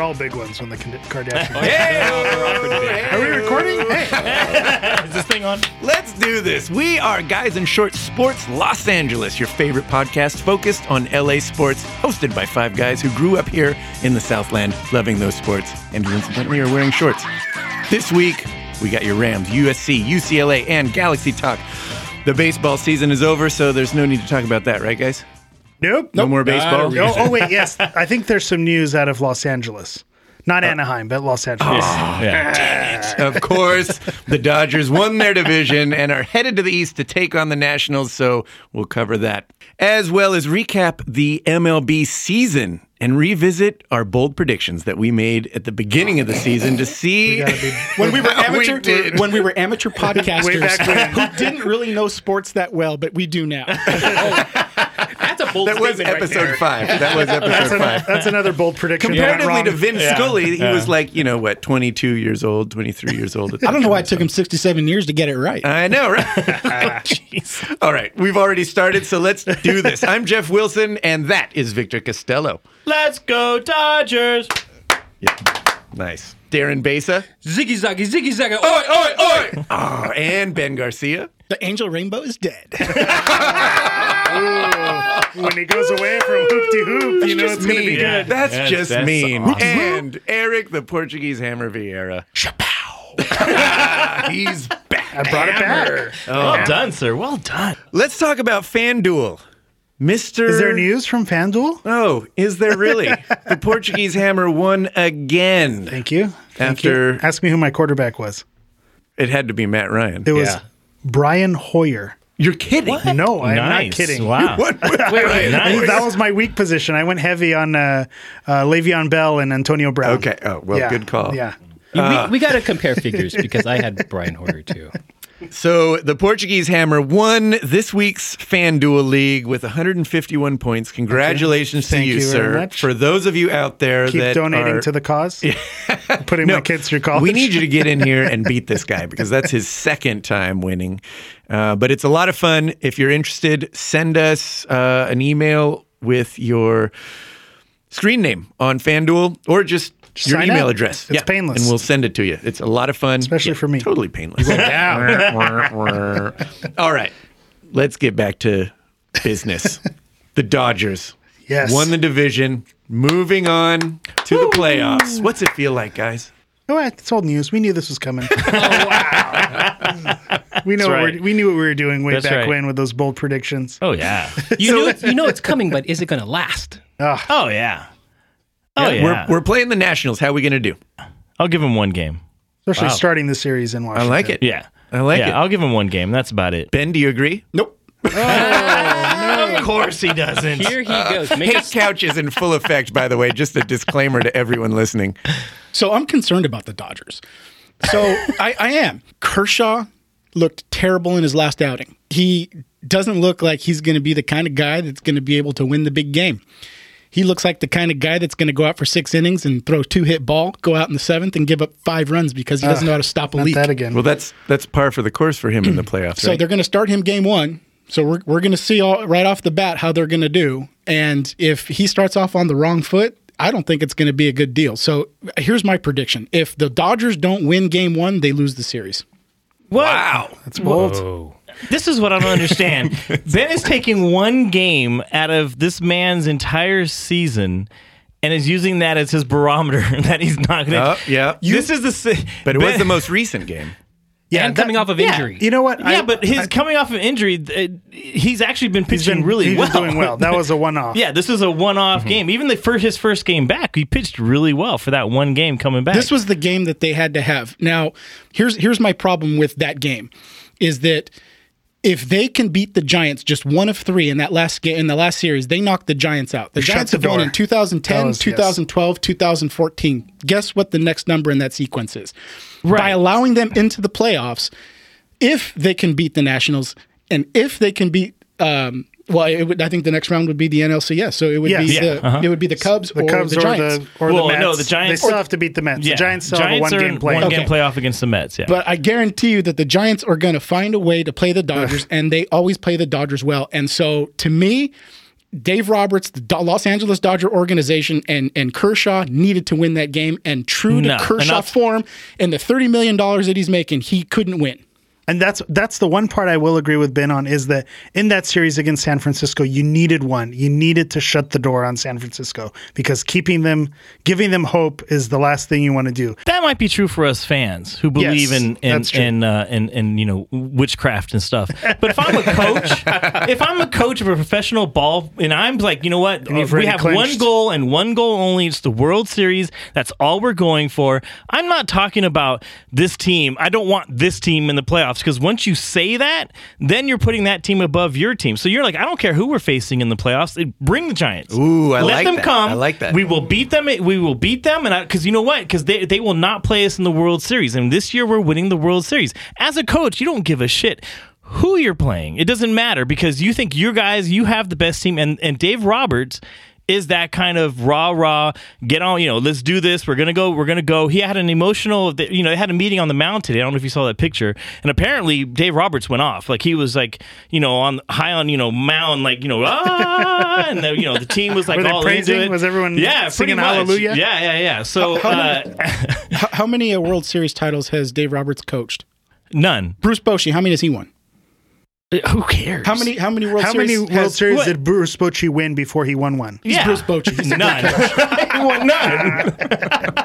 all big ones when the Kand- Kardashians. Oh, Hey! Are we recording? Hey. Is this thing on? Let's do this. We are Guys in Short Sports Los Angeles, your favorite podcast focused on LA sports, hosted by five guys who grew up here in the Southland, loving those sports, and who incidentally are wearing shorts. This week, we got your Rams, USC, UCLA, and Galaxy Talk. The baseball season is over, so there's no need to talk about that, right, guys? Nope. No nope. more baseball. reason. No, oh, wait, yes. I think there's some news out of Los Angeles. Uh, Not Anaheim, but Los Angeles. Ah, Yeah. of course, the Dodgers won their division and are headed to the East to take on the Nationals, so we'll cover that. As well as recap the MLB season and revisit our bold predictions that we made at the beginning of the season to see. Gotta be- when we were We amateur did. when we were amateur Way podcasters back when. who didn't really know sports that well, but we do now. That's a bold that was statement right episode there. five. That was that's, episode an- five. that's another bold prediction. that went Comparatively to wrong. Vince Yeah. Scully, he Yeah. was like, you know what, 22 years old, 23 years old. I don't know why it took him 67 years to get it right. Uh, I know, right? Jeez. All right, we've already started, so let's do this. I'm Jeff Wilson, and that is Victor Costello. Let's go Dodgers! Nice. Darren Besa. Ziggy zaggy ziggy zaggy. Oi oi oi! Ah, and Ben Garcia. the angel rainbow is dead. when he goes away from hoop to hoop, you know it's going to be mean. good. That's Yes, just that's mean. awesome. And Eric, the Portuguese Hammer Vieira. Chapow. He's back. I brought it back. Well done, sir. Well done. Let's talk about FanDuel. Mr. Is there news from FanDuel? Oh, is there really? the Portuguese Hammer won again. Thank you. Thank After- you. Ask me who my quarterback was. It had to be Matt Ryan. It was Yeah. Brian Hoyer. You're kidding. No, I'm nice. not kidding. Wow. What? Ryan? nice. That was my weak position. I went heavy on uh, uh, Le'Veon Bell and Antonio Brown. Okay. Oh, well, Yeah. good call. Yeah. we, we got to compare figures because I had Brian Hoyer too. So the Portuguese Hammer won this week's FanDuel League with 151 points. Congratulations to Thank you, you very sir. much. For those of you out there Keep that donating are- to the cause. Putting my kids through college. we need you to get in here and beat this guy because that's his second time winning. Uh, but it's a lot of fun. If you're interested, send us uh, an email with your screen name on FanDuel or just, your sign email up. address. It's painless. And we'll send it to you. It's a lot of fun. Especially for me. Totally painless. All right. Let's get back to business. the Dodgers. Yes. Won the division. Moving on to the playoffs. What's it feel like, guys? Oh, it's old news. We knew this was coming. Oh, We know what right. we're, we knew what we were doing way That's back right. when with those bold predictions. Oh yeah. You know, it's, you know it's coming, but is it going to last? Oh yeah. Oh yeah. We're, we're playing the Nationals. How are we going to do? I'll give him one game. Especially starting the series in I Washington. like it. Yeah. I like yeah, it. I'll give him one game. That's about it. Ben, do you agree? nope. Of course he doesn't. Here he goes. Make Hate us, Couch is in full effect, by the way. Just a disclaimer to everyone listening. So I'm concerned about the Dodgers. So I, I am. Kershaw looked terrible in his last outing. He doesn't look like he's going to be the kind of guy that's going to be able to win the big game. He looks like the kind of guy that's going to go out for six innings and throw two hit ball, go out in the seventh and give up five runs because he doesn't know how to stop a Not leak. that again. Well, that's that's par for the course for him in the playoffs. So right? they're going to start him game one. So we're, we're going to see all, right off the bat how they're going to do. And if he starts off on the wrong foot, I don't think it's going to be a good deal. So here's my prediction if the Dodgers don't win game one, they lose the series. wow. it's bold. This is what I don't understand. ben is taking one game out of this man's entire season and is using that as his barometer that he's not going to. Oh, yeah. This is the. si- But it was Ben- the most recent game. Yeah, and coming that- off of yeah. injury. You know what? Yeah, but his coming off of injury, th- he's actually been pitching he's been really he's well. doing well. That was a one-off. yeah, this is a one-off Mm-hmm. game. Even the first his first game back, he pitched really well for that one game coming back. This was the game that they had to have. Now, here's here's my problem with that game is that if they can beat the Giants just one of 3 in that last game in the last series, they knocked the Giants out. The shut Giants the have won door. in 2010, That was- yes. 2012, 2014. Guess what the next number in that sequence is? By Right. allowing them into the playoffs, if they can beat the Nationals and if they can beat um well, it would, I think the next round would be the NLCS, so it would Yes. be Yeah, Uh-huh. the it would be the Cubs the or Cubs the or Giants. the or Well, the Mets. no, the Giants- They still have to beat the Mets. yeah. The Giants still have a are one-game in play. one game playoff against the Mets. Yeah, But I guarantee you that the Giants are going to find a way to play the Dodgers, and they always play the Dodgers well. And so, to me, Dave Roberts, the Do- Los Angeles Dodger organization, and, and Kershaw needed to win that game. And true to No, Kershaw enough. form and the $30 million that he's making, he couldn't win. And that's that's the one part I will agree with Ben on is that in that series against San Francisco, you needed one. You needed to shut the door on San Francisco because keeping them, giving them hope is the last thing you want to do. That might be true for us fans who believe in in that's true. in, uh, in in you know witchcraft and stuff. But if I'm a coach, if I'm a coach of a professional ball, and I'm like, you know what, And you've we already have one clinched. goal and one goal only. It's the World Series. That's all we're going for. I'm not talking about this team. I don't want this team in the playoffs because once you say that, then you're putting that team above your team. So you're like, I don't care who we're facing in the playoffs. Bring the Giants. Ooh, I Let like them that. come. I like that. We will beat them. We will beat them, and because you know what? Because they they will not play us in the World Series. And this year we're winning the World Series. As a coach, you don't give a shit who you're playing. It doesn't matter because you think your guys you have the best team, and and Dave Roberts. Is that kind of rah rah? Get on, you know. Let's do this. We're gonna go. We're gonna go. He had an emotional, you know. They had a meeting on the mound today. I don't know if you saw that picture. And apparently, Dave Roberts went off. Like he was like, you know, on high on you know mound, like you know, ah, and the, you know the team was like Were they all into praising? it. Was everyone yeah, singing pretty much. hallelujah? Yeah, yeah, yeah. So uh, How, how many uh, World Series titles has Dave Roberts coached? none. Bruce Bochy, how many has he won? Uh, Who cares? How many? How many World How Series? many has- World Series what- did Bruce Bochy win before he won one? He's Yeah. Bruce Bochy. He's- None. He won none.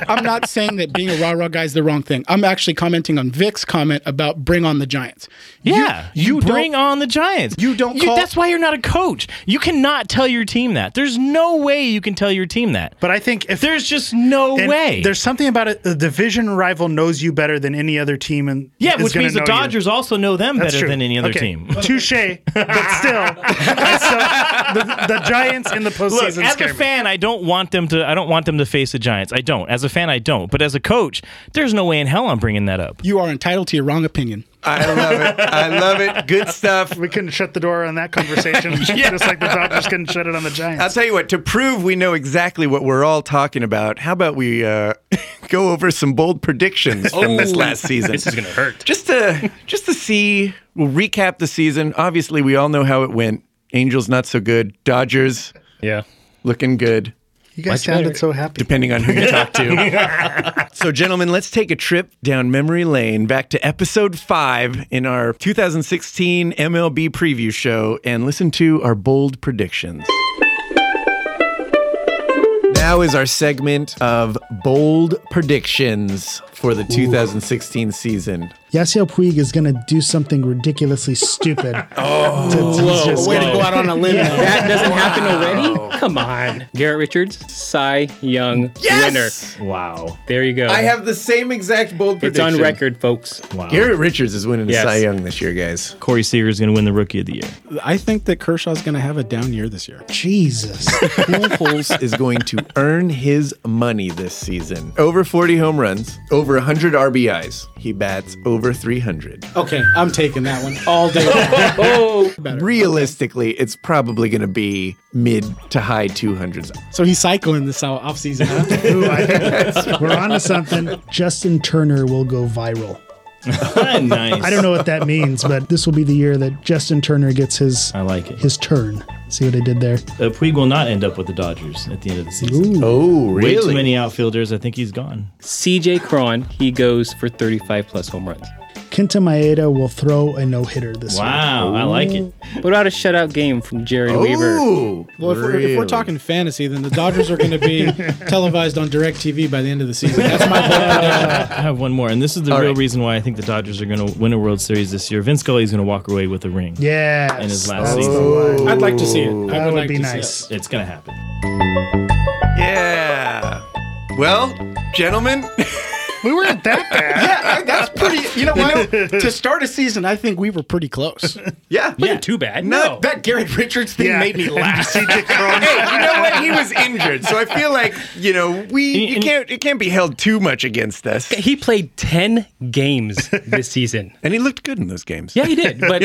I'm not saying that being a rah rah guy is the wrong thing. I'm actually commenting on Vic's comment about bring on the Giants. You- Yeah, you, don't- bring on the Giants. you don't call- that's why you're not a coach. You cannot tell your team that. There's no way you can tell your team that. But I think if There's just no and way. there's something about it. The division rival knows you better than any other team, and yeah, is which gonna means the know you. Dodgers also know them That's better true. than any other Okay. team. Touche, but still, I still- the, the Giants in the Look, postseason. as scare a me. fan, I don't want them to. I don't want them to face the Giants. I don't. As a fan, I don't. But as a coach, there's no way in hell I'm bringing that up. You are entitled to your wrong opinion. I love it. I love it. Good stuff. we couldn't shut the door on that conversation, just like the Dodgers couldn't shut it on the I'll Giants. tell you what, to prove we know exactly what we're all talking about, how about we uh, go over some bold predictions from this last season? Oh. This is gonna hurt. Just to just to see, we'll recap the season. Obviously, we all know how it went. Angels not so good. Dodgers Yeah. looking good, You guys sounded so happy. depending on who you talk to. so, gentlemen, let's take a trip down memory lane back to episode five in our 2016 MLB preview show and listen to our bold predictions. Now is our segment of bold predictions for the 2016 season. Yasiel Puig is going to do something ridiculously stupid. oh, Way to go out on a limb. now. That doesn't happen already? Come on. Garrett Richards, Cy Young Yes! winner. Wow. There you go. I have the same exact bold it's prediction. on record, folks. Wow. Garrett Richards is winning the Yes. Cy Young this year, guys. Corey Seager is going to win the Rookie of the Year. I think that Kershaw's going to have a down year this year. Jesus. Pujols is going to earn his money this season. Over 40 home runs, over 100 RBIs. He bats over 300. Okay, I'm taking that one all day. long. Oh, Realistically, it's probably going to be mid to high 200s. so he's cycling this out off season. Huh? Ooh, I think that's- We're on to something. Justin Turner will go viral. nice. I don't know what that means, but this will be the year that Justin Turner gets his I like it. his turn. See what I did there? uh, Puig will not end up with the Dodgers at the end of the season. Oh, Way too really? many outfielders. I think he's gone. CJ Cron, he goes for 35 plus home runs. Kenta Maeda will throw a no hitter this year. Wow, I like it. What about a shutout game from Jared Weaver? Ooh, Well, if we're, if we're really? talking fantasy, then the Dodgers are going to be televised on DirecTV by the end of the season. That's my bold prediction. I have one more, and this is the All real right. reason why I think the Dodgers are going to win a World Series this year. Vince Scully is going to walk away with a ring Yeah. in his last season. Oh, I'd like to see it. I would That would like be to see it. nice. It's going to happen. Yeah. Well, gentlemen, we weren't that bad. I- That's pretty. You know what? to start a season, I think we were pretty close. yeah. Yeah, too bad. No. That Garrett Richards thing Yeah. made me laugh. Hey, you know what? He was injured, so I feel like you know we you can't it can't be held too much against us. He played 10 games this season. And he looked good in those games. Yeah, he did. But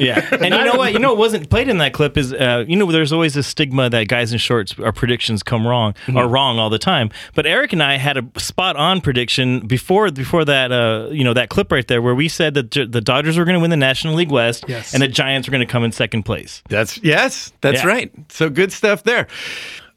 Yeah, and you know what? You know what wasn't played in that clip is uh, you know there's always this stigma that uh, guys in shorts our predictions come wrong are wrong all the time. But Eric and I had a spot on prediction section before before that uh, you know that clip right there where we said that J- the Dodgers were going to win the National League West Yes. and the Giants were going to come in second place. That's yes, that's Yeah. right. So good stuff there.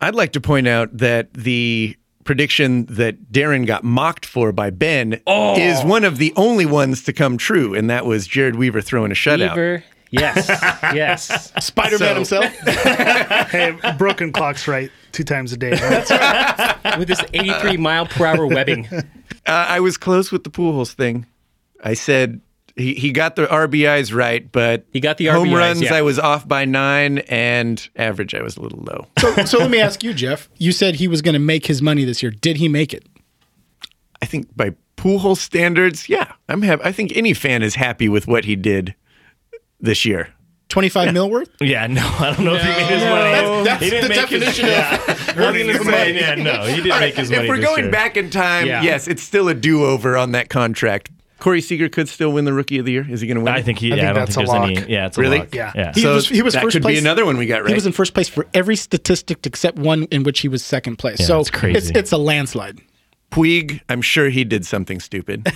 I'd like to point out that the prediction that Darren got mocked for by Ben Oh. is one of the only ones to come true, and that was Jared Weaver throwing a shutout. Beaver. Yes. yes. Spider Man himself. uh, hey, broken clock's right two times a day. That's right. With this 83 mile per hour webbing. Uh, I was close with the Pujols thing. I said he, he got the RBIs right, but He got the home RBIs, runs. yeah. I was off by nine, and average I was a little low. so, so let me ask you, Jeff. You said he was going to make his money this year. Did he make it? I think by Pujols standards, yeah, I'm happy. I think any fan is happy with what he did this year. 25 mil worth? Yeah, no, I don't know if he made his money. That's- that's he the definition of of yeah. earning his money. Yeah, no, he didn't All make right, his if money. we're this going year. back in time, Yeah. yes, it's still a do-over on that contract. Corey Seager could still win the Rookie of the Year. Is he going to win? I it? think he. I Yeah, think I don't that's think a there's lock. any. Yeah, it's Really? a lock. Yeah. yeah. He So was- he was that first could be place. another one we got right. He was in first place for every statistic except one in which he was second place. so that's crazy. It's, it's a landslide. Puig. I'm sure he did something stupid.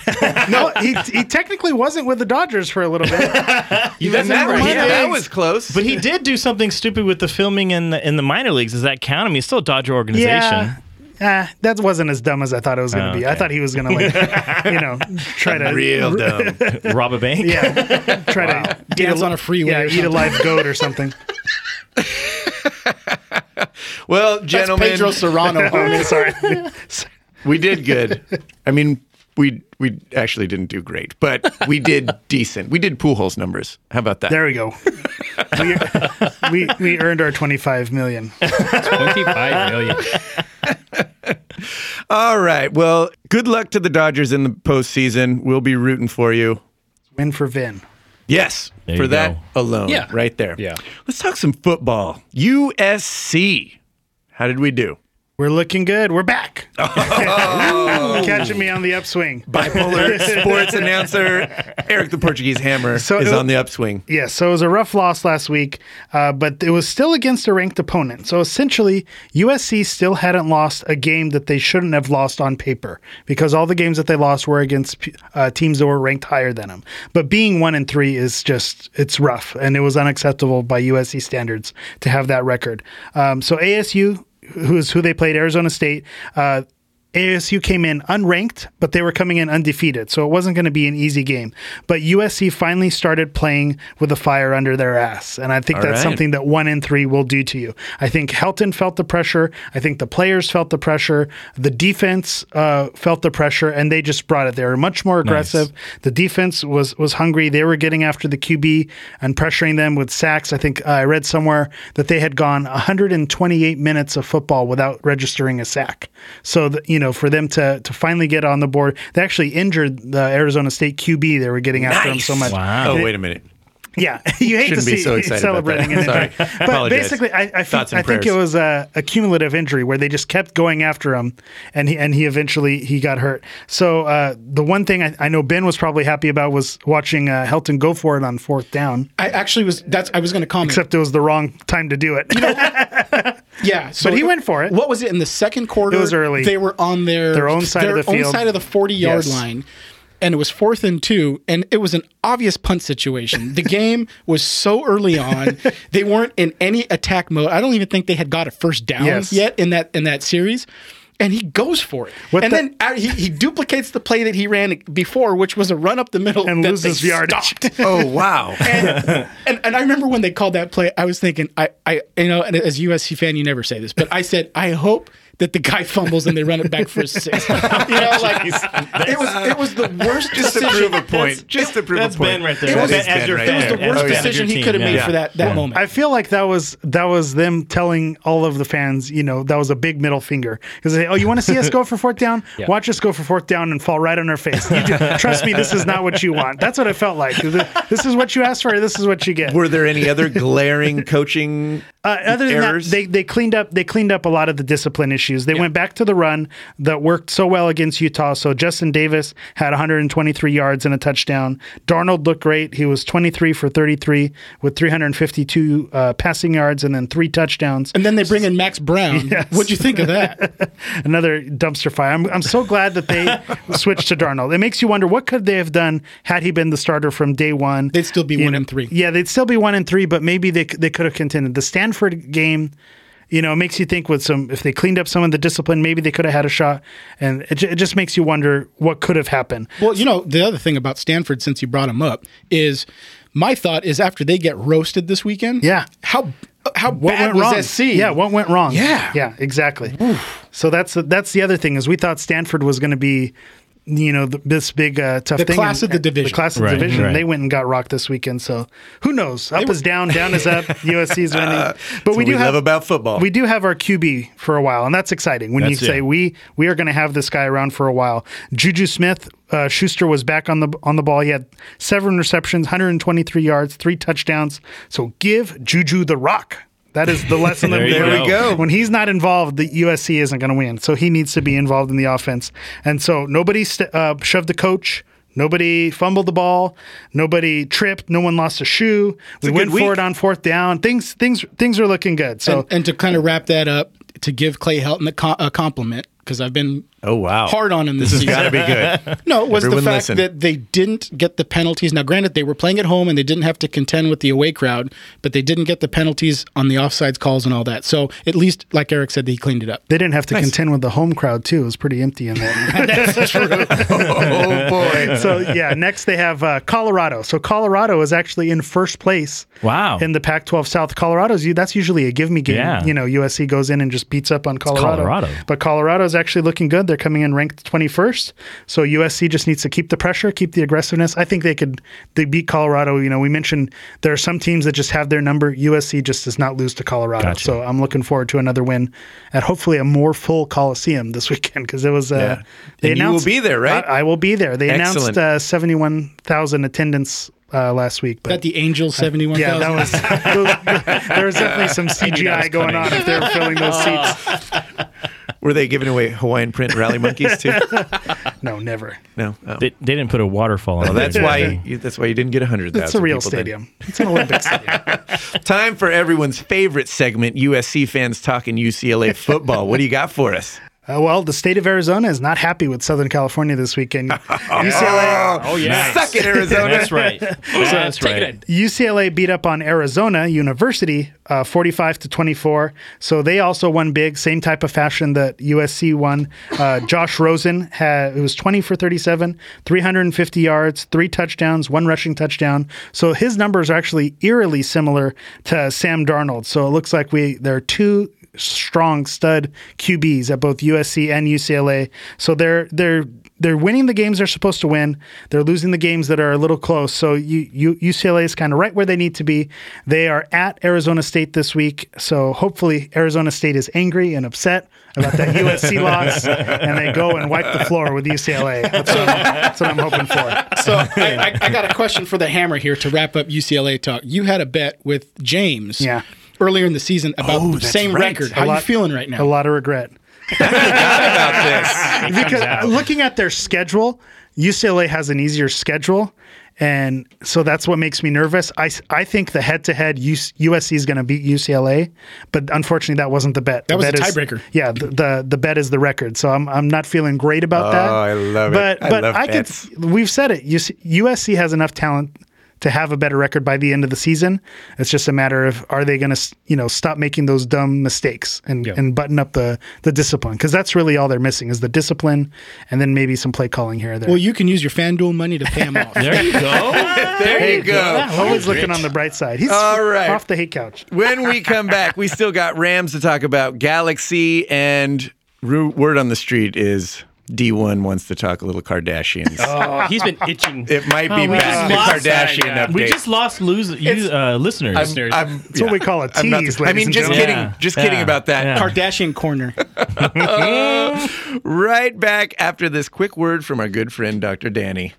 No, he, he technically wasn't with the Dodgers for a little bit. That's remember right. him. Yeah, that was close. But he did do something stupid with the filming in the in the minor leagues. Does that count? I mean, it's still a Dodger organization. Yeah. Ah, that wasn't as dumb as I thought it was going to be. I okay. thought he was going to like, you know, try to real dumb. Rob a bank. yeah, try to eat Dance on a freeway Yeah, or eat a something. live goat or something. Well, gentlemen, That's Pedro Serrano. I mean, homies. sorry. we did good. I mean, we we actually didn't do great, but we did decent. We did Pujols numbers. How about that? There we go. We, we we earned our twenty five million. 25 million. All right. Well, good luck to the Dodgers in the postseason. We'll be rooting for you. Win for Vin. Yes, There for you that alone. Yeah. right there. Yeah. Let's talk some football. USC. How did we do? We're looking good. We're back. Catching me on the upswing. Bipolar sports announcer Eric the Portuguese Hammer So is it- on the upswing. Yeah, so it was a rough loss last week, uh, but it was still against a ranked opponent. So essentially, USC still hadn't lost a game that they shouldn't have lost on paper because all the games that they lost were against p- uh, teams that were ranked higher than them. But being one and three is just, it's rough, and it was unacceptable by USC standards to have that record. Um, so ASU, who's who they played, Arizona State, uh, ASU came in unranked, but they were coming in undefeated, so it wasn't going to be an easy game. But USC finally started playing with the fire under their ass, and I think All that's right. something that one in three will do to you. I think Helton felt the pressure. I think the players felt the pressure. The defense uh, felt the pressure, and they just brought it. They were much more aggressive. The defense was was hungry. They were getting after the QB and pressuring them with sacks. I think uh, I read somewhere that they had gone 128 minutes of football without registering a sack. So that, you know, for them to to finally get on the board, they actually injured the Arizona State QB. They were getting after him so much. Wow. Oh, wait a minute. Yeah, you hate Shouldn't to be see so excited about celebrating that. an Sorry. injury. But Apologize. basically, I, I, think, Thoughts and I think it prayers. was uh, a, a cumulative injury where they just kept going after him, and he and he eventually he got hurt. So uh, the one thing I, I know Ben was probably happy about was watching uh, Helton go for it on fourth down, I actually was, that's, I was going to comment. except it was the wrong time to do it. yeah. So But he went for it. What was it in the second quarter? It was early. They were on their, Their own side of the own field. side of the 40 yard Yes. line. And it was fourth and two, and it was an obvious punt situation. The game was so early on; they weren't in any attack mode. I don't even think they had got a first down Yes. yet in that in that series. And he goes for it, What and the- then uh, he, he duplicates the play that he ran before, which was a run up the middle And that loses they yardage. stopped Oh, wow. and, and and I remember when they called that play, I was thinking, I, I you know, and as a USC fan, you never say this, but I said, I hope that the guy fumbles and they run it back for a six. you know, like it was it was the worst Just to decision. prove a point. Just to prove That's a point. Ben right there. It That was- is Ben it was the right It there. was the Yeah. worst Oh, yeah. decision he Your could have team, made yeah. for that that Yeah. moment. I feel like that was that was them telling all of the fans, you know, that was a big middle finger because they, oh, you want to see us go for fourth down? Watch us go for fourth down and fall right on our face. You do- trust me, this is not what you want. That's what it felt like. This is what you asked for. This is what you get. Were there any other glaring coaching Uh, other than Errors? that, they they cleaned up they cleaned up a lot of the discipline issues. They went back to the run that worked so well against Utah. So Justin Davis had 123 yards and a touchdown. Darnold looked great. He was 23 for 33 with 352 uh, passing yards and then three touchdowns. And then they bring in Max Brown. What'd you think of that? Another dumpster fire. I'm, I'm so glad that they switched to Darnold. It makes you wonder what could they have done had he been the starter from day one. They'd still be You one know, and three. Yeah, they'd still be one and three, but maybe they c- they could have contended. The Stanford game, you know, it makes you think with some if they cleaned up some of the discipline, maybe they could have had a shot. And it, ju- it just makes you wonder what could have happened. Well, you know, the other thing about Stanford, since you brought him up, is my thought is after they get roasted this weekend, Yeah. how how What bad went was wrong? SC? Yeah, what went wrong? Yeah. yeah, exactly. So that's the, that's the other thing is we thought Stanford was going to be. You know th this big uh, tough The thing. class of the division. The class of the Right, division. right. They went and got rocked this weekend. So who knows? Up is down, down is up. USC is winning. Uh, but we what do we have love about football. We do have our QB for a while, and that's exciting. When That's you say it. we we are going to have this guy around for a while, Juju Smith uh, Schuster was back on the on the ball. He had seven receptions, 123 yards, three touchdowns. So give Juju the rock. That is the lesson. of There the you day. There we go. When he's not involved, the USC isn't going to win. So he needs to be involved in the offense. And so nobody st- uh, shoved the coach. Nobody fumbled the ball. Nobody tripped. No one lost a shoe. we a went good week. for it on fourth down. Things things things are looking good. So And, and to kind of wrap that up, to give Clay Helton a, co- a compliment because I've been Oh, wow. hard on him this, This has season. got to be good. No, it was Everyone the fact listen. that they didn't get the penalties. Now, granted, they were playing at home and they didn't have to contend with the away crowd, but they didn't get the penalties on the offsides calls and all that. So at least, like Eric said, they cleaned it up. They didn't have to contend with the home crowd too. It was pretty empty in there. oh, boy. so yeah, next they have uh, Colorado. So Colorado is actually in first place. Wow. In the Pac-12 South, Colorado's that's usually a give me game. Yeah. You know, USC goes in and just beats up on Colorado. Colorado. But Colorado's actually looking good. They're coming in ranked 21st. So USC just needs to keep the pressure, keep the aggressiveness. I think they could they beat Colorado. You know, we mentioned there are some teams that just have their number. USC just does not lose to Colorado. Gotcha. So I'm looking forward to another win at hopefully a more full Coliseum this weekend because it was uh, Yeah. they And you will announced be there, right? I, I will be there. They Excellent. announced uh, 71,000 attendance uh, last week, but That the Angels seventy-one. yeah, that was there was definitely some CGI going on if they were filling those seats. Were they giving away Hawaiian print rally monkeys, too? No, never. No. Oh. They, they didn't put a waterfall on Well, Oh, that's there, why did they? you, that's why you didn't get 100,000 It's a real people then. stadium. It's an Olympic stadium. Time for everyone's favorite segment, USC fans talking UCLA football. what do you got for us? Uh, well, the state of Arizona is not happy with Southern California this weekend. UCLA, Oh yeah. Suck it, Arizona. That's right. That's Take right. it. UCLA beat up on Arizona University, uh, 45 to 24. So they also won big, same type of fashion that USC won. Uh, Josh Rosen had it was 20 for 37, 350 yards, three touchdowns, one rushing touchdown. So his numbers are actually eerily similar to Sam Darnold. So it looks like we there are two strong stud QBs at both USC and UCLA. So they're they're they're winning the games they're supposed to win. They're losing the games that are a little close. So you, you, UCLA is kind of right where they need to be. They are at Arizona State this week. So hopefully Arizona State is angry and upset about that USC loss, and they go and wipe the floor with UCLA. That's what I'm, that's what I'm hoping for. So I, I, I got a question for the hammer here to wrap up UCLA talk. You had a bet with James, Yeah. earlier in the season about the same right. record. A How you lot- feeling right A now? lot of regret. about because looking at their schedule, UCLA has an easier schedule. And so that's what makes me nervous. I, s- I think the head to head USC is going to beat UCLA, but unfortunately that wasn't the bet. The That was bet the is- tiebreaker. yeah, the, the the bet is the record. So I'm I'm not feeling great about that. Oh, I love it. but, I But love I bets. could. We've said it. UC USC has enough talent to have a better record by the end of the season. It's just a matter of are they going to you know stop making those dumb mistakes and and button up the the discipline because that's really all they're missing is the discipline and then maybe some play calling here or there. Well, you can use your FanDuel money to pay him off. There you go. this. There you go. Always looking on the bright side. He's All right. off the hate couch. When we come back, we still got Rams to talk about, Galaxy, and ru- word on the street is D1 wants to talk a little Kardashians. Oh, he's been itching. It might be Oh, we back just to lost that Kardashian guy. update. We just lost lose, you, uh, listeners. I'm, I'm, That's what we call a I'm not tease, the- I ladies mean, and just gentlemen. kidding. Yeah. Just kidding Yeah. about that. Yeah. Kardashian corner. Right back after this quick word from our good friend, Dr. Danny.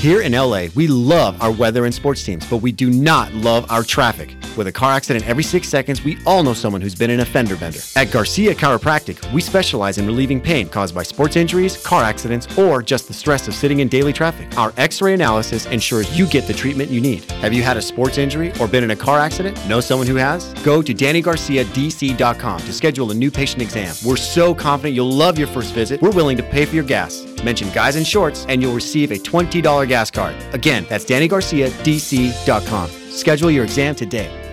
Here in LA, we love our weather and sports teams, but we do not love our traffic. With a car accident every six seconds, we all know someone who's been in a fender bender. At Garcia Chiropractic, we specialize in relieving pain caused by sports injuries, car accidents, or just the stress of sitting in daily traffic. Our x ray analysis ensures you get the treatment you need. Have you had a sports injury or been in a car accident? Know someone who has? Go to DannyGarciaDC.com to schedule a new patient exam. We're so confident you'll love your first visit, we're willing to pay for your gas. Mention Guys in Shorts, and you'll receive a $20 gas card. Again, that's DannyGarciaDC.com. Schedule your exam today.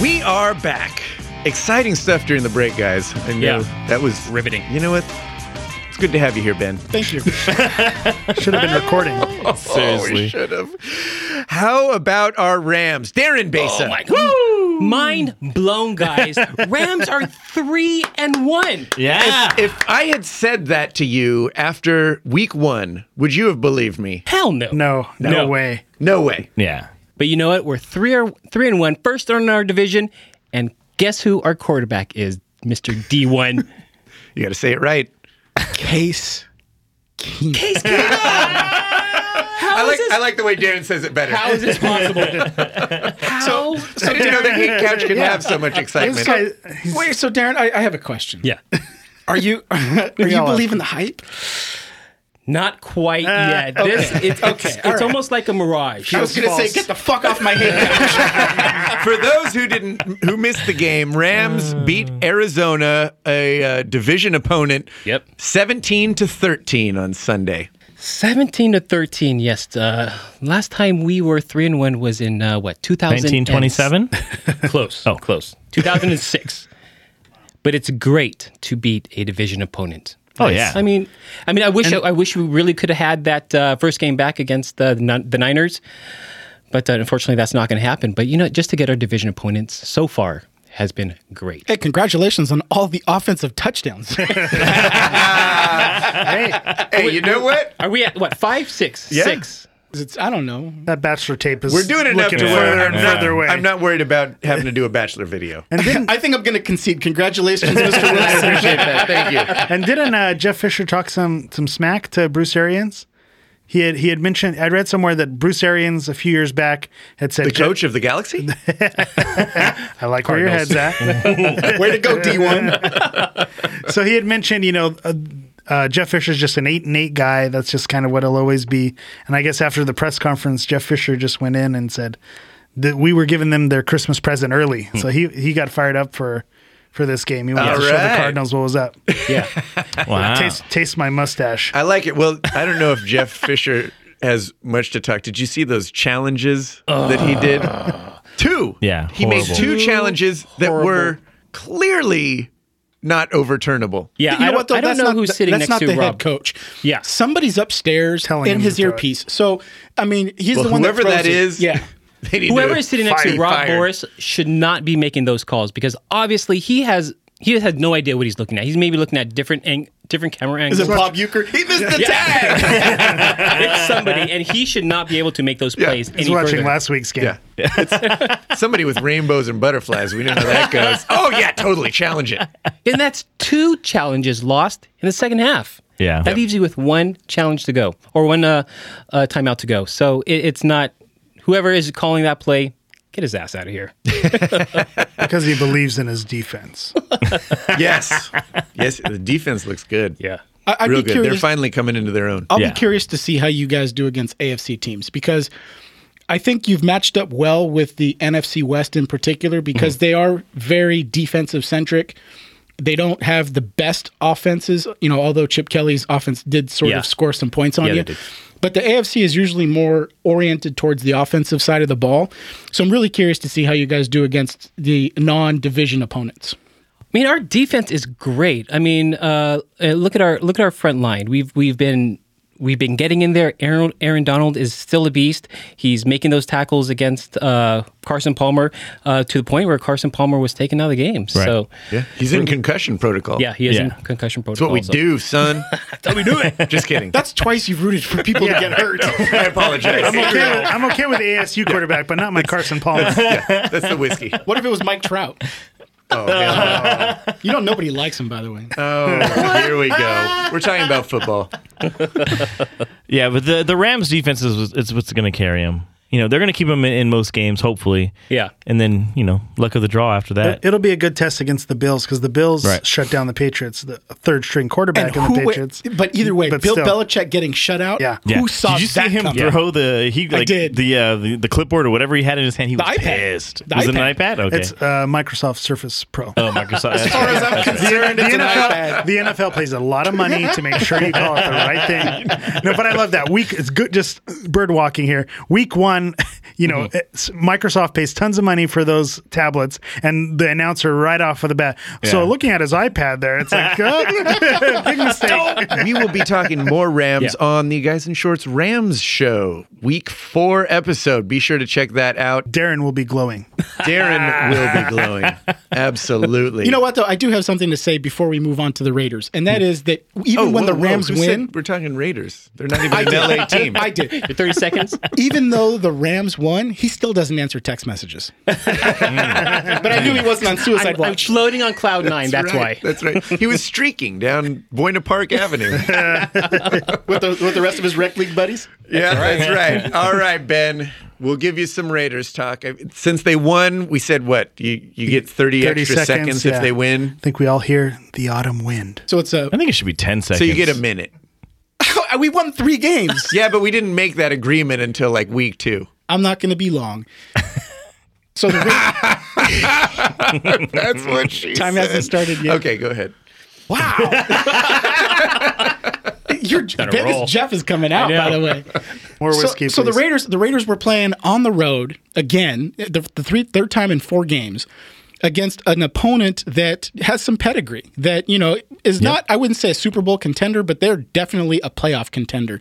We are back. Exciting stuff during the break, guys. I know Yeah. that was Riveting. You know what? It's good to have you here, Ben. Thank you. Should have been recording. Oh, we should have. How about our Rams? Darren Oh, Besa. Mind blown, guys. Rams are three and one. Ah. yeah. if I had said that to you after week one, would you have believed me? Hell no. No, no, No. way. No way. yeah. But you know what? We're three or three and one, first in our division, and guess who our quarterback is? Mr. D one. You got to say it right. Case. Case Keenum. I like, I like the way Darren says it better. How is this possible? How? I didn't know the heat couch could have so much excitement. This guy, he's- Wait, so Darren, I, I have a question. yeah. Are you are you Yellow. believing the hype? Not quite yet. This it's, it's, it's almost like a mirage. I was gonna say, get the fuck off my head. For those who didn't, who missed the game, Rams beat Arizona, a uh, division opponent, Yep. seventeen to thirteen on Sunday. 17 to 13. Yes. Uh, last time we were 3 and 1 was in uh, what? 2000 1927. Close. Oh, close. 2006. but it's great to beat a division opponent. Oh, yeah. I mean, I mean, I wish I, wish we really could have had that uh, first game back against the Nin- the Niners, but uh, unfortunately, that's not going to happen. But you know, just to get our division opponents so far has been great. hey, congratulations on all the offensive touchdowns. Uh, Hey, you know what? Are we at what five, six, six? Yeah. It's- I don't know. that bachelor tape is We're doing enough looking to where further I'm and not, further away. I'm not worried about having to do a bachelor video. and didn't I think I'm gonna concede. Congratulations, Mr. I Wilson. appreciate that. Thank you. and didn't uh, Jeff Fisher talk some some smack to Bruce Arians? He had he had mentioned I read somewhere that Bruce Arians a few years back had said The coach of the Galaxy. I like where your head's at. Way to go, D1. so he had mentioned you know. Uh, uh, Jeff Fisher's just an eight and eight guy. That's just kind of what he'll always be. And I guess after the press conference, Jeff Fisher just went in and said that we were giving them their Christmas present early. So he he got fired up for for this game. He wanted All to show the right. Cardinals what was up. Wow. taste taste my mustache. I like it. Well, I don't know if Jeff Fisher has much to talk. Did you see those challenges that he did? Two. Yeah, He made horrible. Uh. two challenges that were clearly not overturnable. Yeah, You I know don't, what, though? I don't That's know not who's the- sitting that's next not to the Rob. head coach. Yeah. somebody's upstairs Telling in him his to throw it. earpiece. So, I mean, he's Well, the one. whoever that that, throws it. is, yeah. They need Whoever to is sitting next be to Rob fired. Morris should not be making those calls because obviously he has he has had no idea what he's looking at. He's maybe looking at different ang- different camera Is angles. it Bob Euchre? He missed the Yeah. tag. it's somebody, and he should not be able to make those plays I was any watching further. last week's game. Yeah. It's somebody with rainbows and butterflies. We know how that goes. Oh, yeah, totally. Challenge it. and that's two challenges lost in the second half. Yeah. that leaves you with one challenge to go or one uh, uh, timeout to go. So it, it's not whoever is calling that play. Get his ass out of here. because he believes in his defense. Yes. Yes, the defense looks good. Yeah. I, I'd Real be good. curious. They're finally coming into their own. I'll Yeah. be curious to see how you guys do against AFC teams because I think you've matched up well with the NFC West in particular because Mm-hmm. they are very defensive centric. They don't have the best offenses, you know, although Chip Kelly's offense did sort Yeah. of score some points on Yeah, you. they did. But the AFC is usually more oriented towards the offensive side of the ball. So I'm really curious to see how you guys do against the non division opponents. I mean, our defense is great. I mean, uh, uh, look at our look at our front line. We've we've been we've been getting in there. Aaron, Aaron Donald is still a beast. He's making those tackles against uh, Carson Palmer uh, to the point where Carson Palmer was taken out of the game. So Yeah. He's in concussion protocol. yeah, he is Yeah. in concussion That's protocol. what we so- do, son. That's how we do it. Just kidding. That's twice you've rooted for people to get hurt. I apologize. I'm okay, with, I'm okay with the ASU quarterback, but not my Carson Palmer. That's the whiskey. What if it was Mike Trout? You know, nobody likes him, by the way. Oh, here we go. We're talking about football. Yeah, but the the Rams defense is, is what's going to carry them. You know, they're going to keep them in, in most games, hopefully. Yeah. And then, you know, luck of the draw after that. It'll be a good test against the Bills because the Bills Right. shut down the Patriots, the third string quarterback in the who- Patriots. but either way, But Bill still. Belichick getting shut out. Yeah. yeah. Who saw did you see that him coming? throw the he like did. the uh the, the clipboard or whatever he had in his hand? He was iPad. pissed. The was it an iPad. iPad? Okay. It's uh, Microsoft Surface Pro. oh, Microsoft. As far as I'm concerned, it's the an NFL, the NFL pays a lot of money to make sure you call it the right thing. No, but I love that week. It's good. Just bird walking here. Week one, you know, it's- Microsoft pays tons of money for those tablets, and the announcer right off of the bat. So Yeah. looking at his iPad there, it's like oh, big mistake. we will be talking more Rams on the Guys in Shorts Rams show, week four episode. Be sure to check that out. Darren will be glowing. Darren will be glowing. Absolutely. You know what though? I do have something to say before we move on to the Raiders, and that is that Oh, even when the Rams win, we're talking Raiders. They're not even I an did. LA team. I did. Your 30 seconds? Even though the Rams won, he still doesn't answer text messages. but I knew he wasn't on suicide I'm, I'm watch. floating on cloud nine. That's, right. why. That's right. He was streaking down Buena Park Avenue. with, the, with the rest of his rec league buddies. Yeah, that's right. All right, Ben. We'll give you some Raiders talk. I- Since they won, we said what? You you get 30, 30 extra seconds, seconds, if yeah. they win. I think we all hear the autumn wind. So it's a I think it should be ten seconds. So you get a minute. we won three games. Yeah, but we didn't make that agreement until like week two. I'm not going to be long. So the Ra- That's what she time hasn't started yet. Okay, go ahead. Your roll. this Jeff is coming out by the way. More So, whiskey. so the please. Raiders, the Raiders were playing on the road again, the, the three, third time in four games, against an opponent that has some pedigree. That you know is not, I wouldn't say a Super Bowl contender, but they're definitely a playoff contender.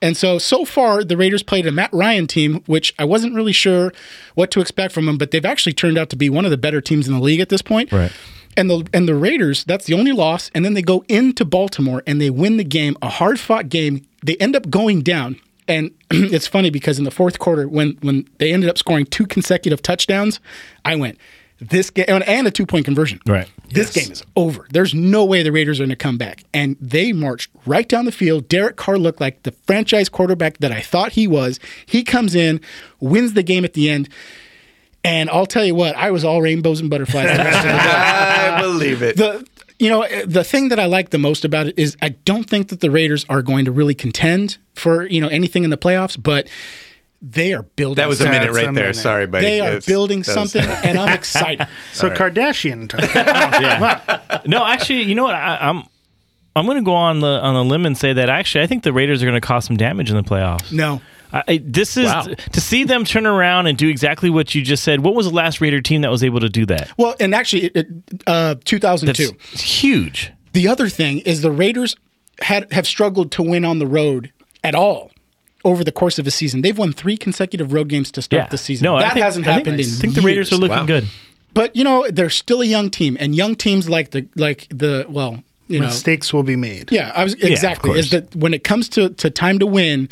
And so, so far, the Raiders played a Matt Ryan team, which I wasn't really sure what to expect from them, but they've actually turned out to be one of the better teams in the league at this point. Right. And the and the Raiders, that's the only loss. And then they go into Baltimore and they win the game, a hard fought game. They end up going down. And it's funny because in the fourth quarter, when when they ended up scoring two consecutive touchdowns, I went, this game and a two point conversion. Right. This game is over. There's no way the Raiders are going to come back. And they marched right down the field. Derek Carr looked like the franchise quarterback that I thought he was. He comes in, wins the game at the end. And I'll tell you what, I was all rainbows and butterflies. the rest of the day I believe it. the you know the thing that I like the most about it is I don't think that the Raiders are going to really contend for you know anything in the playoffs, but they are building. that was a something. minute right a there. minute. Sorry, buddy. They are That's- building that was- something, and I'm excited. so Kardashian. Time. No, actually, you know what? I, I'm I'm going to go on the on the limb and say that actually, I think the Raiders are going to cause some damage in the playoffs. No, I, I- this is Wow. to see them turn around and do exactly what you just said. What was the last Raider team that was able to do that? well, and actually, it, it, uh, 2002. It's huge. The other thing is the Raiders had have struggled to win on the road at all over the course of a season. They've won three consecutive road games to start the season. I that think- hasn't I think- happened in I think the Raiders years. are looking good. But you know, they're still a young team, and young teams like the like the well, you know, Mistakes will be made. yeah, I was exactly. course. is that when it comes to to time to win,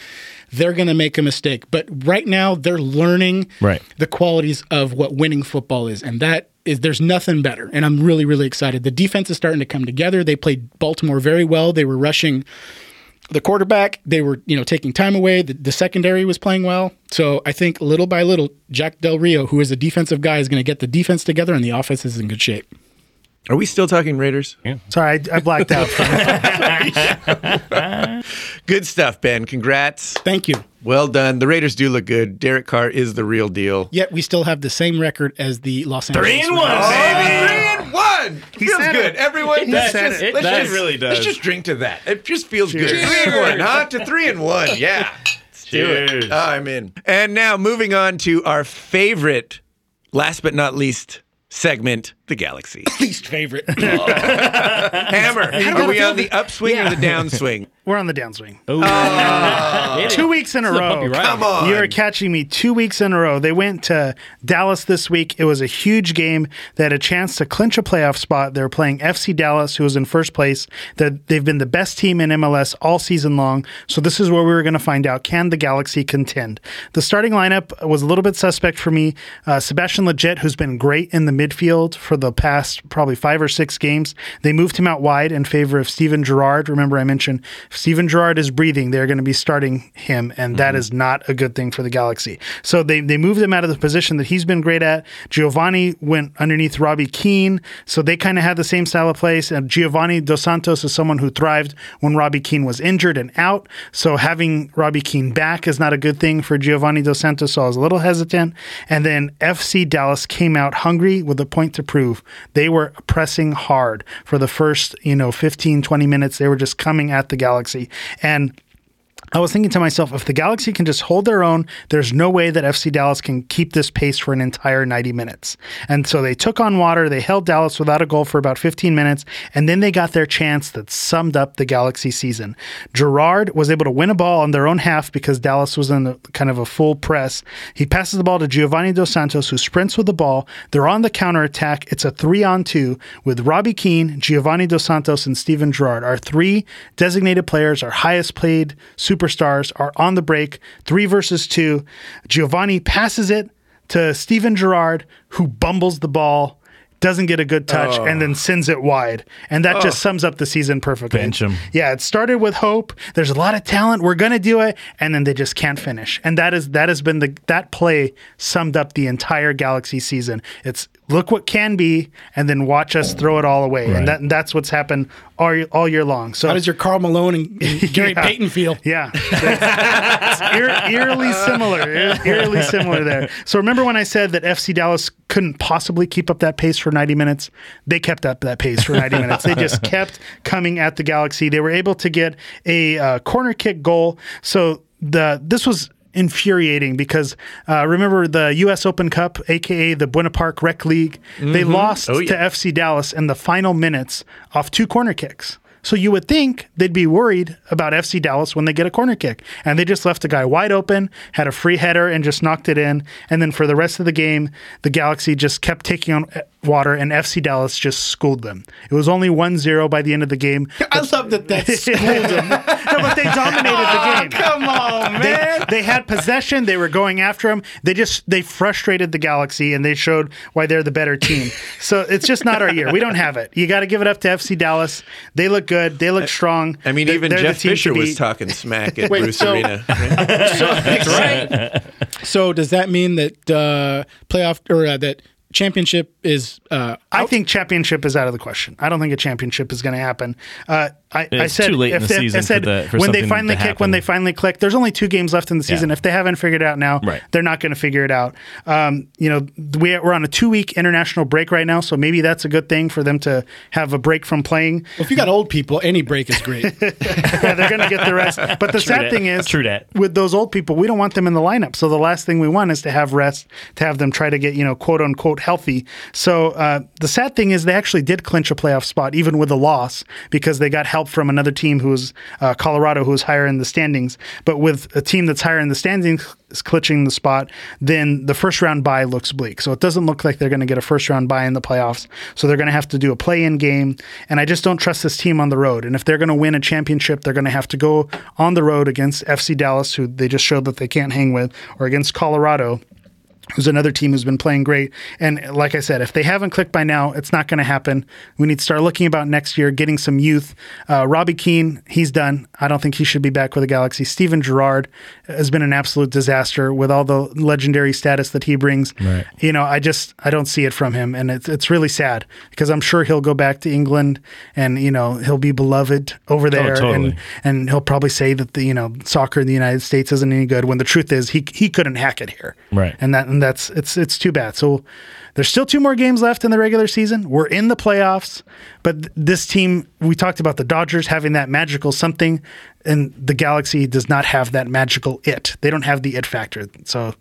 they're going to make a mistake. But right now, they're learning Right. the qualities of what winning football is, and that is there's nothing better. And I'm really really excited. The defense is starting to come together. They played Baltimore very well. They were rushing the quarterback. They were, you know, taking time away. The, the secondary was playing well. So I think little by little, Jack Del Rio, who is a defensive guy, is going to get the defense together, and the offense is in good shape. Are we still talking Raiders? Sorry, I, I blacked out. Good stuff, Ben. Congrats. Thank you. Well done. The Raiders do look good. Derek Carr is the real deal. Yet we still have the same record as the Los Angeles. Three and Rams. one, baby. Three and one. Feels said good. it. Everyone, He let's said just, it. let's That just- really does. Let's just drink to that. It just feels good. Three and one, huh? To three and one. Yeah. Let's do Cheers. it. Oh, I'm in. And now moving on to our favorite, last but not least segment, the Galaxy. Least favorite. Hammer. Are we on the upswing or the downswing? We're on the downswing. two weeks in a row. Come on. You're catching me two weeks in a row. They went to Dallas this week. It was a huge game. They had a chance to clinch a playoff spot. They were playing FC Dallas, who was in first place. They're, they've been the best team in MLS all season long. So this is where we were going to find out can the Galaxy contend? The starting lineup was a little bit suspect for me. Uh, Sebastian Legit, who's been great in the midfield for the the past probably five or six games. They moved him out wide in favor of Steven Gerrard. Remember, I mentioned if Steven Gerrard is breathing, they're going to be starting him, and that is not a good thing for the Galaxy. So they, they moved him out of the position that he's been great at. Giovanni went underneath Robbie Keane, so they kind of had the same style of play. And Giovanni Dos Santos is someone who thrived when Robbie Keane was injured and out. So having Robbie Keane back is not a good thing for Giovanni Dos Santos. So I was a little hesitant. And then FC Dallas came out hungry with a point to prove. They were pressing hard for the first, you know, 15, 20 minutes. They were just coming at the Galaxy. And I was thinking to myself, if the Galaxy can just hold their own, there's no way that FC Dallas can keep this pace for an entire 90 minutes. And so they took on water, they held Dallas without a goal for about 15 minutes, and then they got their chance that summed up the Galaxy season. Gerard was able to win a ball on their own half because Dallas was in a, kind of a full press. He passes the ball to Giovanni Dos Santos, who sprints with the ball. They're on the counterattack. It's a three on two with Robbie Keane, Giovanni Dos Santos, and Steven Gerrard. Our three designated players, our highest played superstars, are on the break, three versus two. Giovanni passes it to Steven Gerrard, who bumbles the ball. Doesn't get a good touch and then sends it wide. And that just sums up the season perfectly. Bench 'em. Yeah, it started with hope. There's a lot of talent. We're gonna do it, and then they just can't finish. And that is that has been the that play summed up the entire Galaxy season. It's look what can be, and then watch us throw it all away. Right. And, that, and that's what's happened all year, all year long. So How does your Carl Malone and, and Gary Yeah. Payton feel? yeah. It's eer- eerily similar. eer- eerily similar there. So remember when I said that FC Dallas couldn't possibly keep up that pace for 90 minutes? They kept up that pace for 90 minutes. They just kept coming at the Galaxy. They were able to get a uh, corner kick goal. So the this was infuriating because uh, remember the U.S. Open Cup, aka the Buena Park Rec League, they lost to FC Dallas in the final minutes off two corner kicks. So you would think they'd be worried about FC Dallas when they get a corner kick, and they just left a guy wide open, had a free header, and just knocked it in. And then for the rest of the game, the Galaxy just kept taking on uh, water, and FC Dallas just schooled them. It was only 1-0 by the end of the game. I love that that's no, but they dominated the game. Come on, man. They had possession. They were going after him. They just they frustrated the Galaxy and they showed why they're the better team. so it's just not our year. We don't have it. You got to give it up to FC Dallas. They look good. They look strong. I mean, They're- even they're the Jeff team to Fisher was beat. talking smack at Wait, Bruce so- Arena. right? that's right. So does that mean that uh, playoff or uh, that championship is uh, I think championship is out of the question. I don't think a championship is going to happen. Uh, I, I It's said too late if in the they- season I said for that- for when they something finally to kick, when they happen. finally click. There's only two games left in the season. Yeah. If they haven't figured it out now, Right. they're not going to figure it out. Um, you know, we, we're on a two week international break right now, so maybe that's a good thing for them to have a break from playing. if you got old people, any break is great. yeah, they're going to get the rest. But the sad dat. thing is, True dat. with those old people, we don't want them in the lineup. So the last thing we want is to have rest, to have them try to get, you know, quote unquote healthy. So uh, the sad thing is they actually did clinch a playoff spot, even with a loss, because they got help from another team who was uh, Colorado, who was higher in the standings. But with a team that's higher in the standings clinching the spot, then the first round bye looks bleak. So it doesn't look like they're going to get a first round bye in the playoffs. So they're going to have to do a play in game. And I just don't trust this team on the road. And if they're going to win a championship, they're going to have to go on the road against FC Dallas, who they just showed that they can't hang with, or against Colorado. Who's another team who's been playing great. And like I said, if they haven't clicked by now, it's not going to happen. We need to start looking about next year, getting some youth. Uh, Robbie Keane, he's done. I don't think he should be back with the Galaxy. Steven Gerrard has been an absolute disaster with all the legendary status that he brings. You know, I just I don't see it from him, and it's it's really sad because I'm sure he'll go back to England, and you know he'll be beloved over there, Oh, totally. and and he'll probably say that the you know soccer in the United States isn't any good when the truth is he he couldn't hack it here, Right. And that and that's it's it's too bad. So there's still two more games left in the regular season. We're in the playoffs, but th- this team we talked about the Dodgers having that magical something, and the Galaxy does not have that magical it. They don't have the it factor. So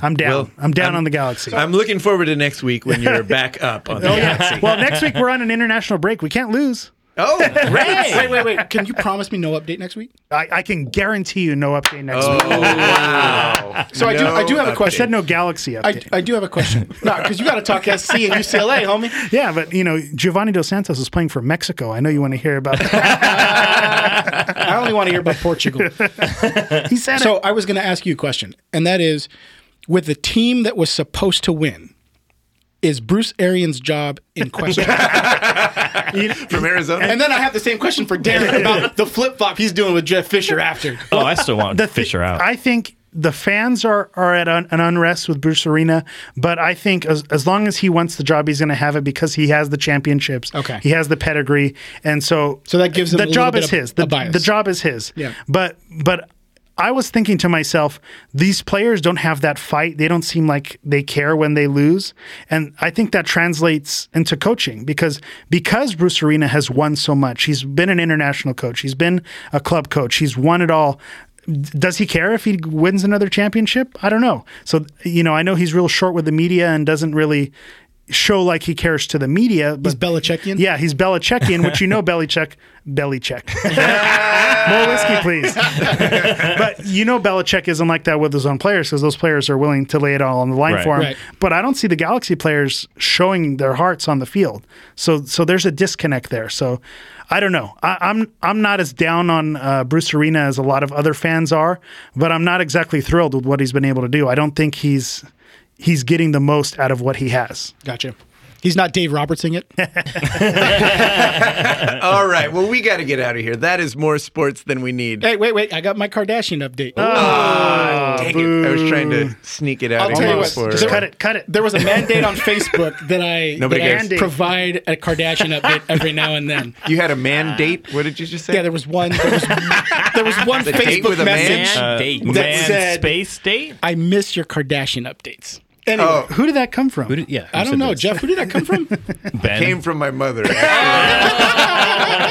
I'm down. Mm. Well, I'm down I'm- on the Galaxy. I'm looking forward to next week when you're back up on the Oh, Galaxy. yeah. well, next week we're on an international break. We can't lose. Oh, great. wait, wait, wait. Can you promise me no update next week? I, I can guarantee you no update next week. Oh. So I do. I do have a I question. said no Galaxy I, update. I do have a question. no, because you got to talk SC and UCLA, homie. yeah, but you know Giovanni Dos Santos is playing for Mexico. I know you want to hear about that. I only want to hear about Portugal. he said So it. I was going to ask you a question, and that is, with the team that was supposed to win, is Bruce Arians' job in question? From Arizona. and then I have the same question for Darren about the flip flop he's doing with Jeff Fisher after. Oh, I still want thi- Fisher out. I think the fans are are at un, an unrest with Bruce Arena, but I think as, as long as he wants the job, he's going to have it because he has the championships. Okay. he has the pedigree, and so So that gives him the a little job is bit of his. The, a bias. the job is his. Yeah. but but. I was thinking to myself, these players don't have that fight. They don't seem like they care when they lose, and I think that translates into coaching because because Bruce Arena has won so much. He's been an international coach. He's been a club coach. He's won it all does he care if he wins another championship? I don't know. So you know, I know he's real short with the media and doesn't really show like he cares to the media. But He's Belichickian? Yeah, he's Belichickian, which you know, Belichick, Belichick. More whiskey, please. but you know, Belichick isn't like that with his own players because those players are willing to lay it all on the line Right. for him. Right. But I don't see the Galaxy players showing their hearts on the field. So so there's a disconnect there. So I don't know. I, I'm I'm not as down on uh, Bruce Arena as a lot of other fans are, but I'm not exactly thrilled with what he's been able to do. I don't think he's he's getting the most out of what he has. Gotcha. He's not Dave Robertson yet. All right. Well, we got to get out of here. That is more sports than we need. hey, wait, wait. I got my Kardashian update. Dang it. I was trying to sneak it out I'll of tell here you what, before. Just cut it, cut it. There was a mandate on Facebook that I, Nobody that I cares. provide a Kardashian update every now and then. You had a mandate. What did you just say? Oh, Yeah, there was one. There was, there was one The date Facebook with a man? message. Uh, date. man That said- space date. I miss your Kardashian updates. Anyway, Who did that come from? Yeah, who I don't said know, this? Jeff. Who did that come from? Ben. came from my mother. I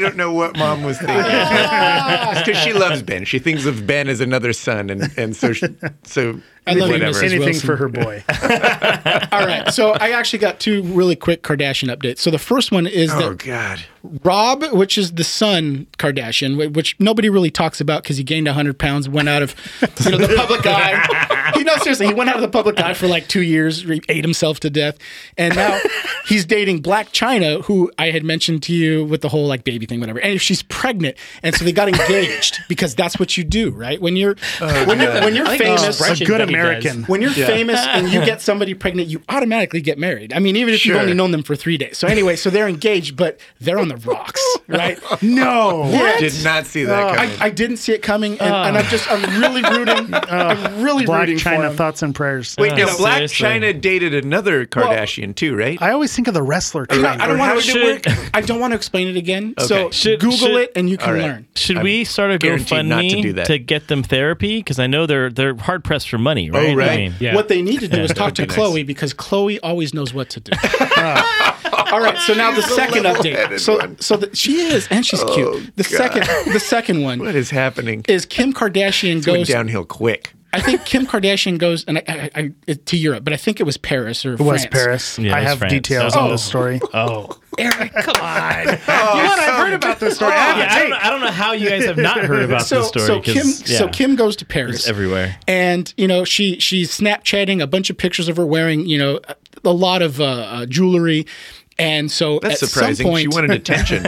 don't know what mom was thinking. Because she loves Ben. She thinks of Ben as another son, and and so she, so I love you, whatever. Mrs. Anything Wilson. for her boy. All right. So I actually got two really quick Kardashian updates. So the first one is Oh that God! Rob, which is the son Kardashian, wh- which nobody really talks about because he gained 100 pounds, went out of you know, the public eye. You know, seriously, he went out of the public eye for like two years, re- ate himself to death. And now he's dating Black China, who I had mentioned to you with the whole like baby thing, whatever. And she's pregnant. And so they got engaged because that's what you do, right? When you're, Oh, when, you're when you're famous, A good American. when you're famous and you get somebody pregnant, you automatically get married. I mean, even if Sure. you've only known them for three days. So anyway, so they're engaged, but they're on the rocks, right? No. What? Did not see that I, coming. I didn't see it coming, and, and I'm just I'm really rooting. I'm really Black rooting for China him. thoughts and prayers. Wait, now Uh, Black seriously. China dated another Kardashian too, right? I always think of the wrestler. I, I don't How want did to. it I don't want to explain it again. So Okay. Should- Google should- it, and you can All right. learn. Should I'm we start a guaranteed not to GoFundMe do to, that. get them therapy? Because I know they're they're hard pressed for money, right? I Oh, right. mean, What they need to do is talk to that'd be nice. Chloe because Chloe always knows what to do. All right, so now the She's a second update. level-headed So, one. so the, she is, and she's Oh, cute. The God. second, the second one what is happening? is Kim Kardashian Going goes. downhill quick. I think Kim Kardashian goes and I, I, I, it- to Europe, but I think it was Paris or It was France. Paris. Yeah, it I was have France. details Oh. on this story. Oh, Eric, come on. you know I've heard about this Oh, story. yeah, I, don't, know- I don't know how you guys have not heard about So, this story. so Kim, 'cause, yeah, so Kim goes to Paris it's everywhere. and you know she she's Snapchatting a bunch of pictures of her wearing you know a, a lot of uh, uh, jewelry, and so That's at surprising. Some point, she wanted attention.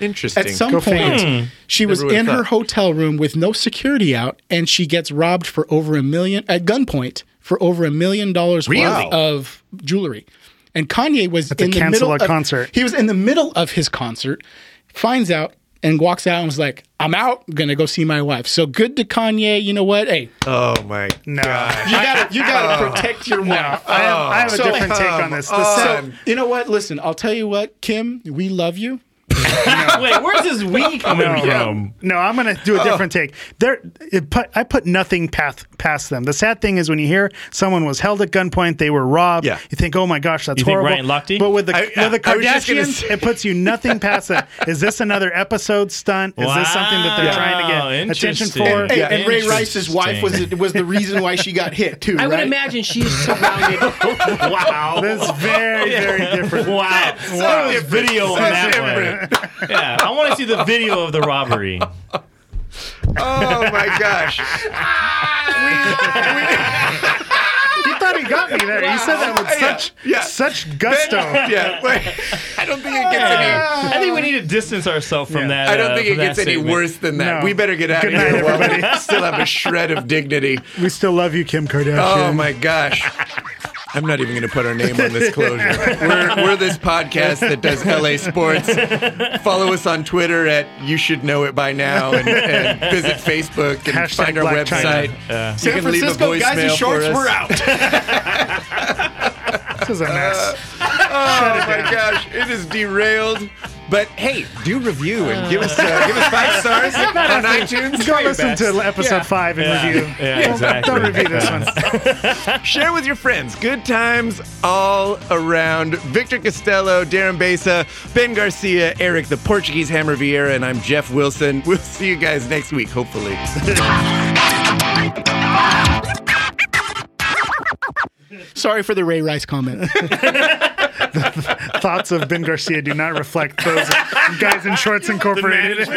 Interesting. At some Go Hmm. point, she was Never would've in her thought. hotel room with no security out, and she gets robbed for over a million at gunpoint for over a million dollars Really? worth of jewelry. And Kanye was to in the cancel middle a of, concert. He was in the middle of his concert, finds out and walks out and was like, "I'm out. I'm gonna go see my wife." So good to Kanye. You know what? Hey, oh my. No. you gotta you gotta protect your wife. I have, I have So- a different um, take on come this. uh, The So, sec- on. you know what? Listen, I'll tell you what, Kim. We love you. Wait, where's this we coming from? no, I'm going to Oh. do a different take. There, it put, I put nothing path, past them. The sad thing is when you hear someone was held at gunpoint, they were robbed. Yeah. You think, oh my gosh, that's You think horrible. Ryan Lochte? But with the I- with the I was just gonna Kardashians, say- it puts you nothing past that. Is this another episode stunt? Is this something that they're Wow, trying to get attention interesting. for? Hey, Yeah. and Ray Rice's wife was was the reason why she got hit too. I would right? imagine she's surrounded. Wow. That's very, very different. Wow. Wow. different. video on That's that one. Yeah, I want to see the video of the robbery. Oh my gosh. You thought he got me there. You said that with Yeah, such yeah. such gusto. yeah. wait. I don't think it gets any. I think we need to distance ourselves from that. I don't uh, think it from that gets any statement. worse than that. No. We better get out Good of night, here while we still have a shred of dignity. Um, We still love you, Kim Kardashian. Oh my gosh. I'm not even going to put our name on this closure. We're, we're this podcast that does LA sports. Follow us on Twitter at You Should Know It By Now and, and visit Facebook and Hashtag find our Black China. website. You San can leave a Francisco guys in voicemail shorts, for us. we're out. This is a uh, mess. Oh my gosh, it is derailed. But hey, do review and give us uh, give us five stars on iTunes. Go listen to episode five and review. Yeah, Don't- exactly. Don't review this one. Share with your friends. Good times all around. Victor Costello, Darren Besa, Ben Garcia, Eric the Portuguese Hammer Vieira, and I'm Jeff Wilson. We'll see you guys next week, hopefully. Sorry for the Ray Rice comment. Thoughts of Ben Garcia do not reflect those of guys in shorts incorporated.